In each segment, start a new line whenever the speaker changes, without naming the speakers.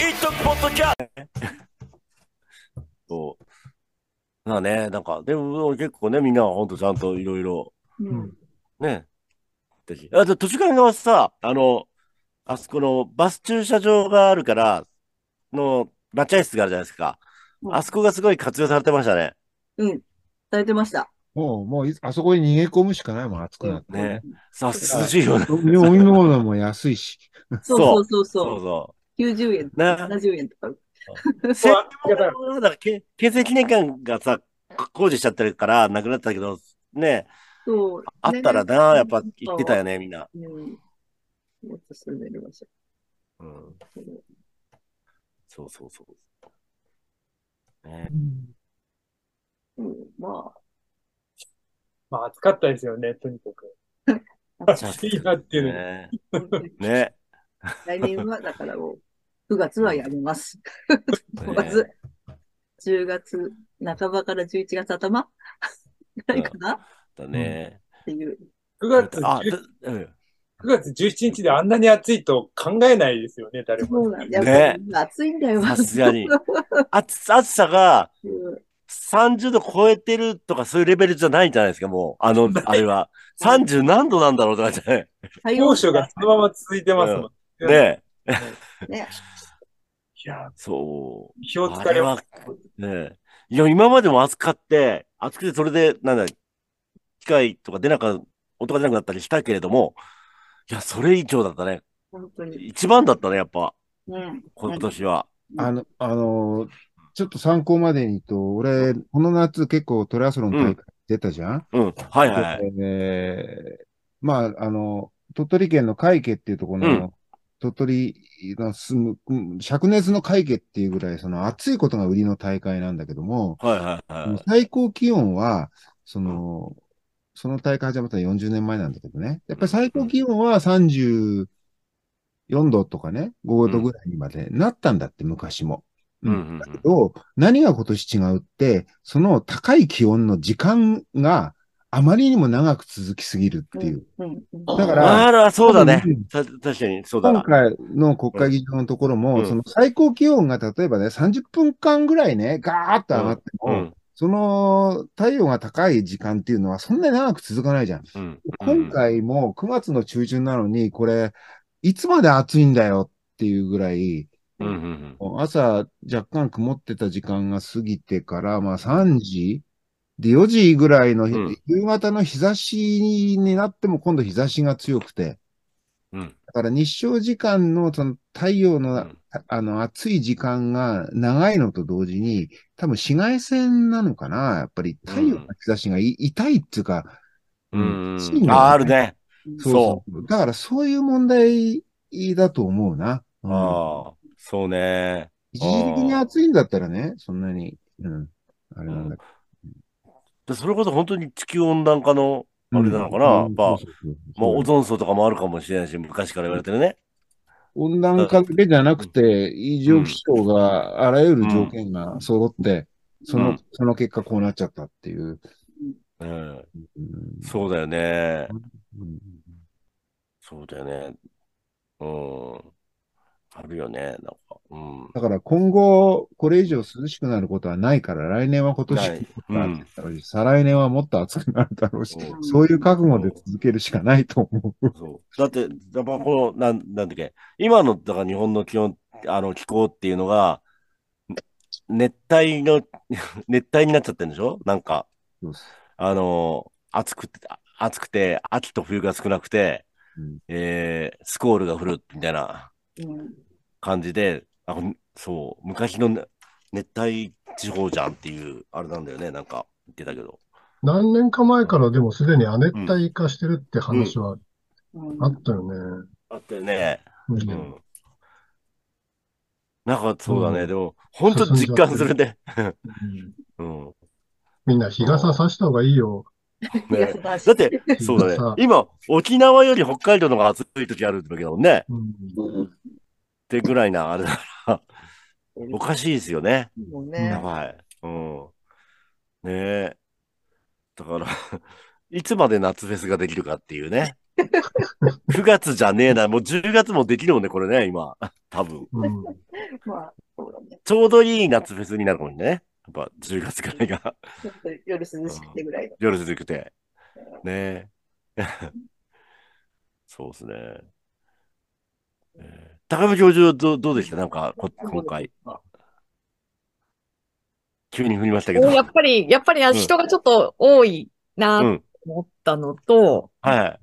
イトポッドキャスト。まあね、なんか、でも結構ね、みんなはほんとちゃんといろいろ、
うん。
ね。私あと、図書館側はさ、あの、あそこのバス駐車場があるから、の、待合室があるじゃないですか。
うん
あそこがすごい活用されてましたね。
うん。されてました。
もう、もうい、あそこに逃げ込むしかないもん、暑くなって。
ね。さ、涼しいよね。
飲み飲み物も安いし。
そう
そう
そうそう
そ
そうう。
そ
90円とか
ね
70円とか。
う。せっかくなんだからけ京成記念館がさ、工事しちゃってるから、なくなったけど、ね、
そう。
あったら
ね
な、やっぱ行ってたよね、みんな。
うん。おすすめの場所。
うん。そうそうそう。ね。
うん。ま
まあ、暑かったですよね、とにかく。
あ、
暑いなっていうのに。
ね。ね。
来年は、だからもう、9月はやります。まず、10月半ばから11月頭ぐらいかな、
だね。
っていう。
9月
あ、
10
だうん。
9月17日であんなに暑いと考えないですよね、誰
そう
も。
なんだ。やっぱり暑いんだよ。
さすがに暑暑さが
うん
30度超えてるとかそういうレベルじゃないんじゃないですか、もう。あの、あれは。30何度なんだろうとかじゃない。
太陽
猛暑がそのまま続いてますもん。
ね。
ね。
いや、
そう。
気を
あ
疲
れ
れま
は
す。、
ねいや、今までも暑かって、暑くてそれで、なんだ、機械とか出なか、音が出なくなったりしたけれども、いや、それ以上だったね。
本当に。
一番だったね、やっぱ、
うん。
今年は。
あの、あの、ちょっと参考までにと、俺、この夏結構トライアスロン大会出たじゃん、
うん。はいはい。
えーまあ、あの、鳥取県の海家っていうところの、
う
鳥取の住むうん、灼熱の海家っていうぐらい、その暑いことが売りの大会なんだけども、
はいはいはい。
最高気温は、その、その大会始まったの40年前なんだけどね。やっぱり最高気温は34度とかね、5度ぐらいにまでなったんだって、昔も。
うんうん
だけど、何が今年違うって、その高い気温の時間があまりにも長く続きすぎるっていう。
うん。うん。
だか
あ
ら、
ら、あそうだね
多分。
た確かに、そうだ
今
な。
回の国会議場のところも、
うん
その最高気温が例えばね、30分間ぐらいね、ガーッと上がって
う
も、
ん。
その太陽が高い時間っていうのはそんなに長く続かないじゃん。
うん。
今回も9月の中旬なのに、これ、いつまで暑いんだよっていうぐらい、
うんうんうん。
朝若干曇ってた時間が過ぎてから、まあ3時で4時ぐらいの、
ん
夕方の日差しになっても今度日差しが強くて、
うん。
だから日照時間のその太陽の、
うん
あの暑い時間が長いのと同時に、多分紫外線なのかなやっぱり太陽の日差しがい、痛いっていうか、
うん
シーンがね
あ、あるね。
そうそうだからそういう問題だと思うな。うん
ああ、そうね。
一時的に暑いんだったらね、そんなに、うん、あれなんだけ
でそれこそ本当に地球温暖化の、
ど。
あれなのかな
うん
まあ
そうそうそう
まあ、オゾン層とかもあるかもしれないし、昔から言われてるね。
温暖化だけじゃなくて、異常気象があらゆる条件が揃って、その、
うん
その結果こうなっちゃったっていう。
うん。
うん
そうだよね。
うん
そうだよね。うん。あるよね。なんか。うん。
だから今後、これ以上涼しくなることはないから、来年は今年
ないうん。
だろうし再来年はもっと暑くなるだろうし、
そう
そういう覚悟で続けるしかないと思う。
そうだって、やっぱこの、なん、なんだっけ、今の、だから日本の気温、あの、気候っていうのが、熱帯の、 熱帯になっちゃってるんでしょなんか、
そう
あの、暑くて、暑くて、秋と冬が少なくて、
うん
えースコールが降るみたいな
うん
感じで、あそう、昔のね熱帯地方じゃんっていう、あれなんだよね、なんか言ってたけど。
何年か前からでもすでに亜熱帯化してるって話は
うん
あったよね。
あったよね。
う
うんん。なんかそうだね、
うん
でも、本当実感する ね。うん。
みんな日傘さした方がいいよ。
いや
ね
だし
だって、そうだね
さ。
今、沖縄より北海道の方が暑い時あるんだけどね。っ
うん
てぐらいな、あれだから、おかしいですよね。
もう
や
ね、
ばい。うん。 ねえ。だから、いつまで夏フェスができるかっていうね。 9月じゃねえな。もう10月もできるもんね、これね、今。多分。
うん。
まあ、そうだね。
ちょうどいい夏フェスになるかもしれないね。やっぱ10月からが
ちょっと夜涼しくてぐらいの。
夜続くて。ねえ。 そうですね。えー高部教授はどうどうでしたなんかこ、今回。急に降りましたけど。
やっぱり、やっぱり
うん
あ人がちょっと多いな
う
と
ん。
思ったのと、
は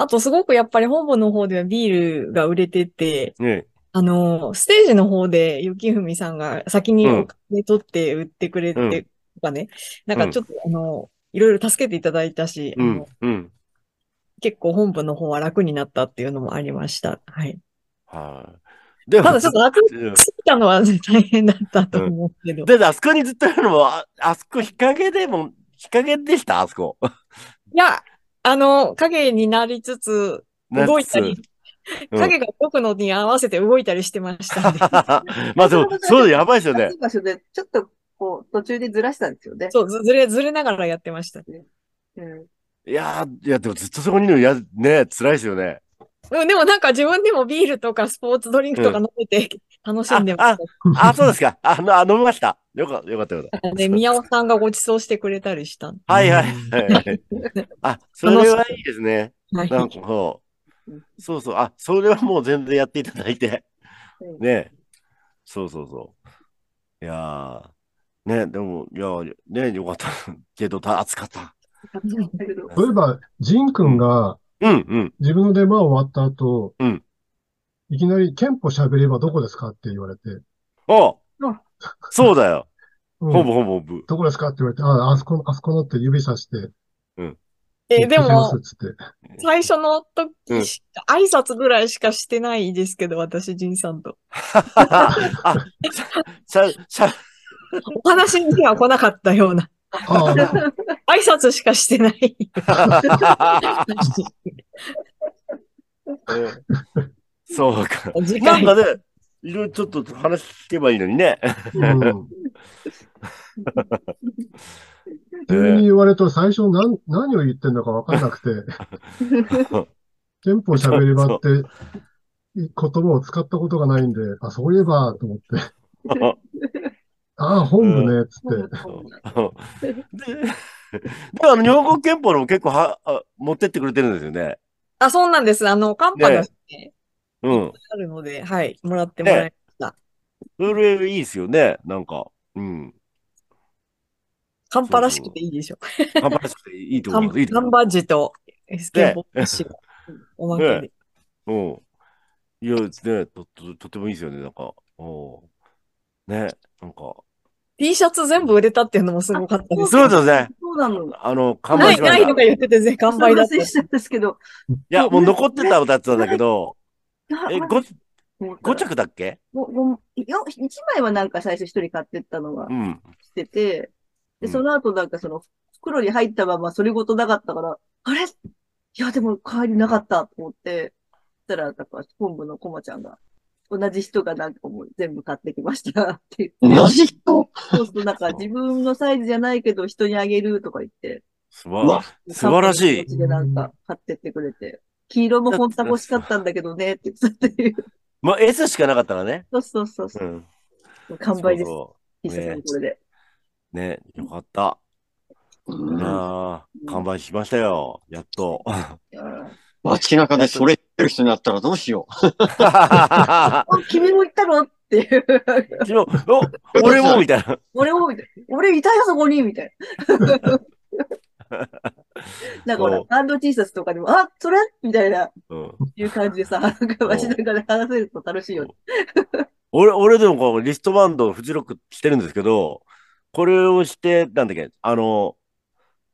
あとすごくやっぱり本部の方ではビールが売れてて、
い。ね
あの、ステージの方で雪文さんが先に
うん
お金取って売ってくれ
うん
て、とかね、なんかちょっと、あの、いろいろ助けていただいたし、
う
あ
ん
の。
うん。
結構本部の方は楽になったっていうのもありました。 はい。
はい。でも
ただちょっと楽
うん
ついたのは大変だったと思うけど。
だってあそこにずっといるのも、ああそこ日陰でも、日陰でしたあそ こ。
いや、あの、影になりつつ、動いたり、
うん
影が動くのに合わせて動いたりしてましたんで
まあでも、そうだ、やばいですよね
暑。い場所で、ちょっと、こう、途中でずらしたんですよね。
そう、ずずれ、ずれながらやってました。
うん。
いやー、いや、でもずっとそこにいるの、いや、ね、辛いですよね。
うん、でもなんか自分でもビールとかスポーツドリンクとか飲めて楽しんでました。
あ、そうですか。あの、あ飲みました。よかった、よかった、よかっ
で、宮尾さんがご馳走してくれたりした。
た。はいはいはいはい。あ、それはいいですね。
はい。
なんかこ
う、
うんそうそう。あ、それはもう全然やっていただいて。
うん
ね。そうそうそう。いやー、ね、でも、いやー、ね、よかった。 けど、た暑かった。
だけど、
そういえば、ジン君が
うん、うん。
自分の出番終わった後、
うん
いきなり憲法喋ればどこですかって言われて、
お
うん
そうだよ。
うん
ほぼほぼほぼ。
どこですかって言われて、あ、あそこ、あそこのって指さして、
え、で
言って
も
ま、すっつって。
最初
う
の
ん
時しか、挨拶ぐらいしかしてないですけど、私、仁さんと。
あ、しゃ、しゃ、
お話には来なかったような。
ああ、
挨拶しかしてない。
そうか。
次
なん
回
かね、いろいろちょっと話聞けばいいのに ね。
うん。急に
ね
言われると最初何、何を言ってんだかわかんなくて、憲法喋れば って言葉を使ったことがないんで、あ、そういえば、と思って、 ああ、本部ね、つって。
で、でもあの、日本国憲法のも結構はあ持ってってくれてるんですよね。
あ、そうなんです。あの、カンパが
うん。
あるので、はい、もらってもらい、
それいいですよね。なんか、うん。
カンパらしくていいでしょ。
頑張らせていいと
カ
思い
ン
ます。いいと
カ
思
ン
いま
バジとエスケンボッシがおまけで。
す。うん。いや、ね、と、と、とてもいいですよね。なんか、おね、なんか、
T シャツ全部売れたっていうのもすごかったです。
そうですね。
そうなの。
あの、完
な
売
い、
しま
な
し
い
た。
と
い
か言ってて、全完売だった
お。話ししたんですけど、
や、もう残ってたやつなんだけど、 え、ご、5
ゃ
着だっけ
ごごよ一枚はなんか最初一人買ってったのが
うん。
してて、
うん
で、その後なんかその袋に入ったままそれごとなかったから、あれいや、でも帰りなかったと思って、そしたら、なんか本部のコマちゃんが、同じ人がなんかもう全部買ってきました って言って、
じ人
そうするとなんか自分のサイズじゃないけど人にあげるとか言って、
すば、素晴らしい
こっちでなんか買ってってくれて、黄色も本当は欲しかったんだけどねって言ってたっていう。
まあ、S しかなかったらね。
そうそうそうそうう。
ん。
完売です。
そ
T シャツもこれで。
うね、よかった。いやー完売しましたよ。やっと。
うん
街中でそれ言ってる人になったらどうしよう。
昨
あ、君も行ったのっていう。
日、お、俺もみたいな。
俺も、みたいな。俺いたよ、そこにみたい な。なんかほ
そ
ら
う、
バンド T シャツとかでも、あ、それみたいな、
うん。
いう感じでさ、なんか街中で話せると楽しいよね。
俺、俺でもこう、リストバンド、フジロックしてるんですけど、これをして、なんだっけ、あの、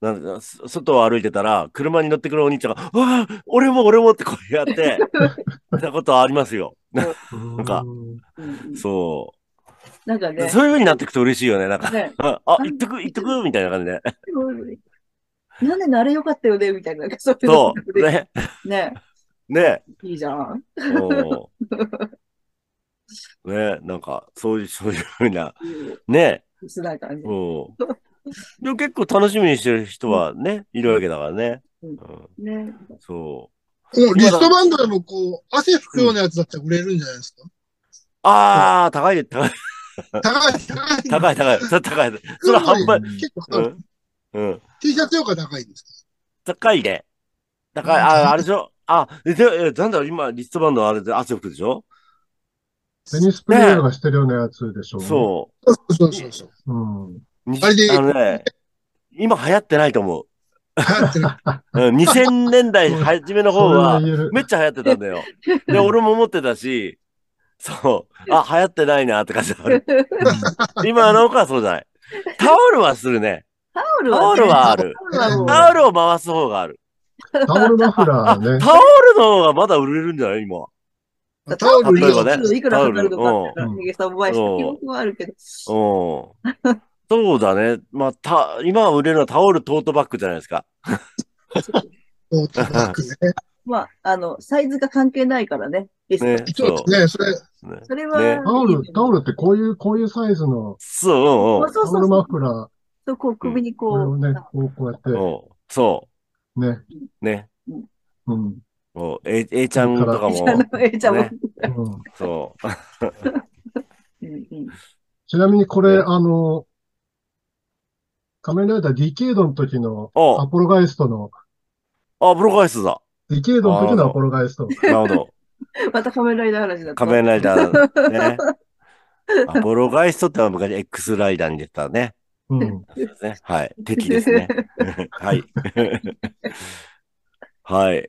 なんだそ外を歩いてたら、車に乗ってくるお兄ちゃんが、わあ、俺も俺もってこうやって、たことはありますよ。
なん
か
うんうん
そ
なんか
う。
ね、
そういう風になってくと嬉しいよね。なんか、
ね
あ、あ行っとく、行っとく、みたいな感じで。
なんでのあれよかったよねみたいな、なんかそういう
そ
の
う。ね。
ね、
ね。
いいじゃん。
うん。ね。なんか、そういう、そういう風な、
いいよ
ね。
薄ない感じ。
うん。でも結構楽しみにしてる人はね、いるわけだからね。
う
うんん。
ね、
そ
もうリストバンドでもこう、汗拭くようなやつだったら売れるんじゃないですか、
ああ、高い、高い、
高い、高い。
高い、高い、それ高い。それ販売、
結構
う
高い、
ん。うん。
T シャツよりか高いですか
高いね。高い、あ、あれでしょあ、で、えなんだろう、今、リストバンドあれで汗拭くでしょ
テニスプレイヤーがしてるようなやつでしょ
そ
そうそう そう。
う。うん。
う。に
あれで
あのね、今流行ってないと思う。
流行ってる。
うん、2000年代初めの方
それは
は、
言える。
めっちゃ流行ってたんだよ。で、俺も思ってたし、そう、あ、流行ってないなって感じだね。 今の子はそうじゃ ない。タオルはするね。
タオルは、
タオルはある。
タオルはもう、
タオルを回す方がある。
タオルマフ
あ、タオ
ラー
ル
ね。
の方がまだ売れるんじゃない今。
タオル
例えば
よ
ね
いくらかかるのかって
タオルうん
ヒゲさんも前した記憶はあるけど。
うん。そうだね。まあ、た、今売れるのはタオル、トートバッグじゃないですか。
り、トートバッグね。
まあ、あの、サイズが関係ないからね。リスト
ね。
そう
そ
ですね。それ、
う。ね
それは、
ね
タオル、タオルってこういう、こういうサイズの
そう、うん
そう
タ
そう
オ
そ
ル
う
マフラ
そうこう首に
ー
こ
を
う、
ね、こうこうやって
う、ん。うんそ
ね。
う。ね。
うん。う
もう、え、えちゃんとかも。
のえちゃんも、
ね
ん
そう。
うんうん
ちなみにこれ、
ね
あの、仮面ライダーディケイドの時の
お
アポロガイストの、
あ、ブロガイスだ。
ディケイドの時のアポロガイスト。
なるほど。
また仮面ライダー話だった。
仮面ライダー。ね。 アポロガイストってのは昔 X ライダーに出てたね。
うん。
そうですね。はい。敵ですね。はい。はい。
はい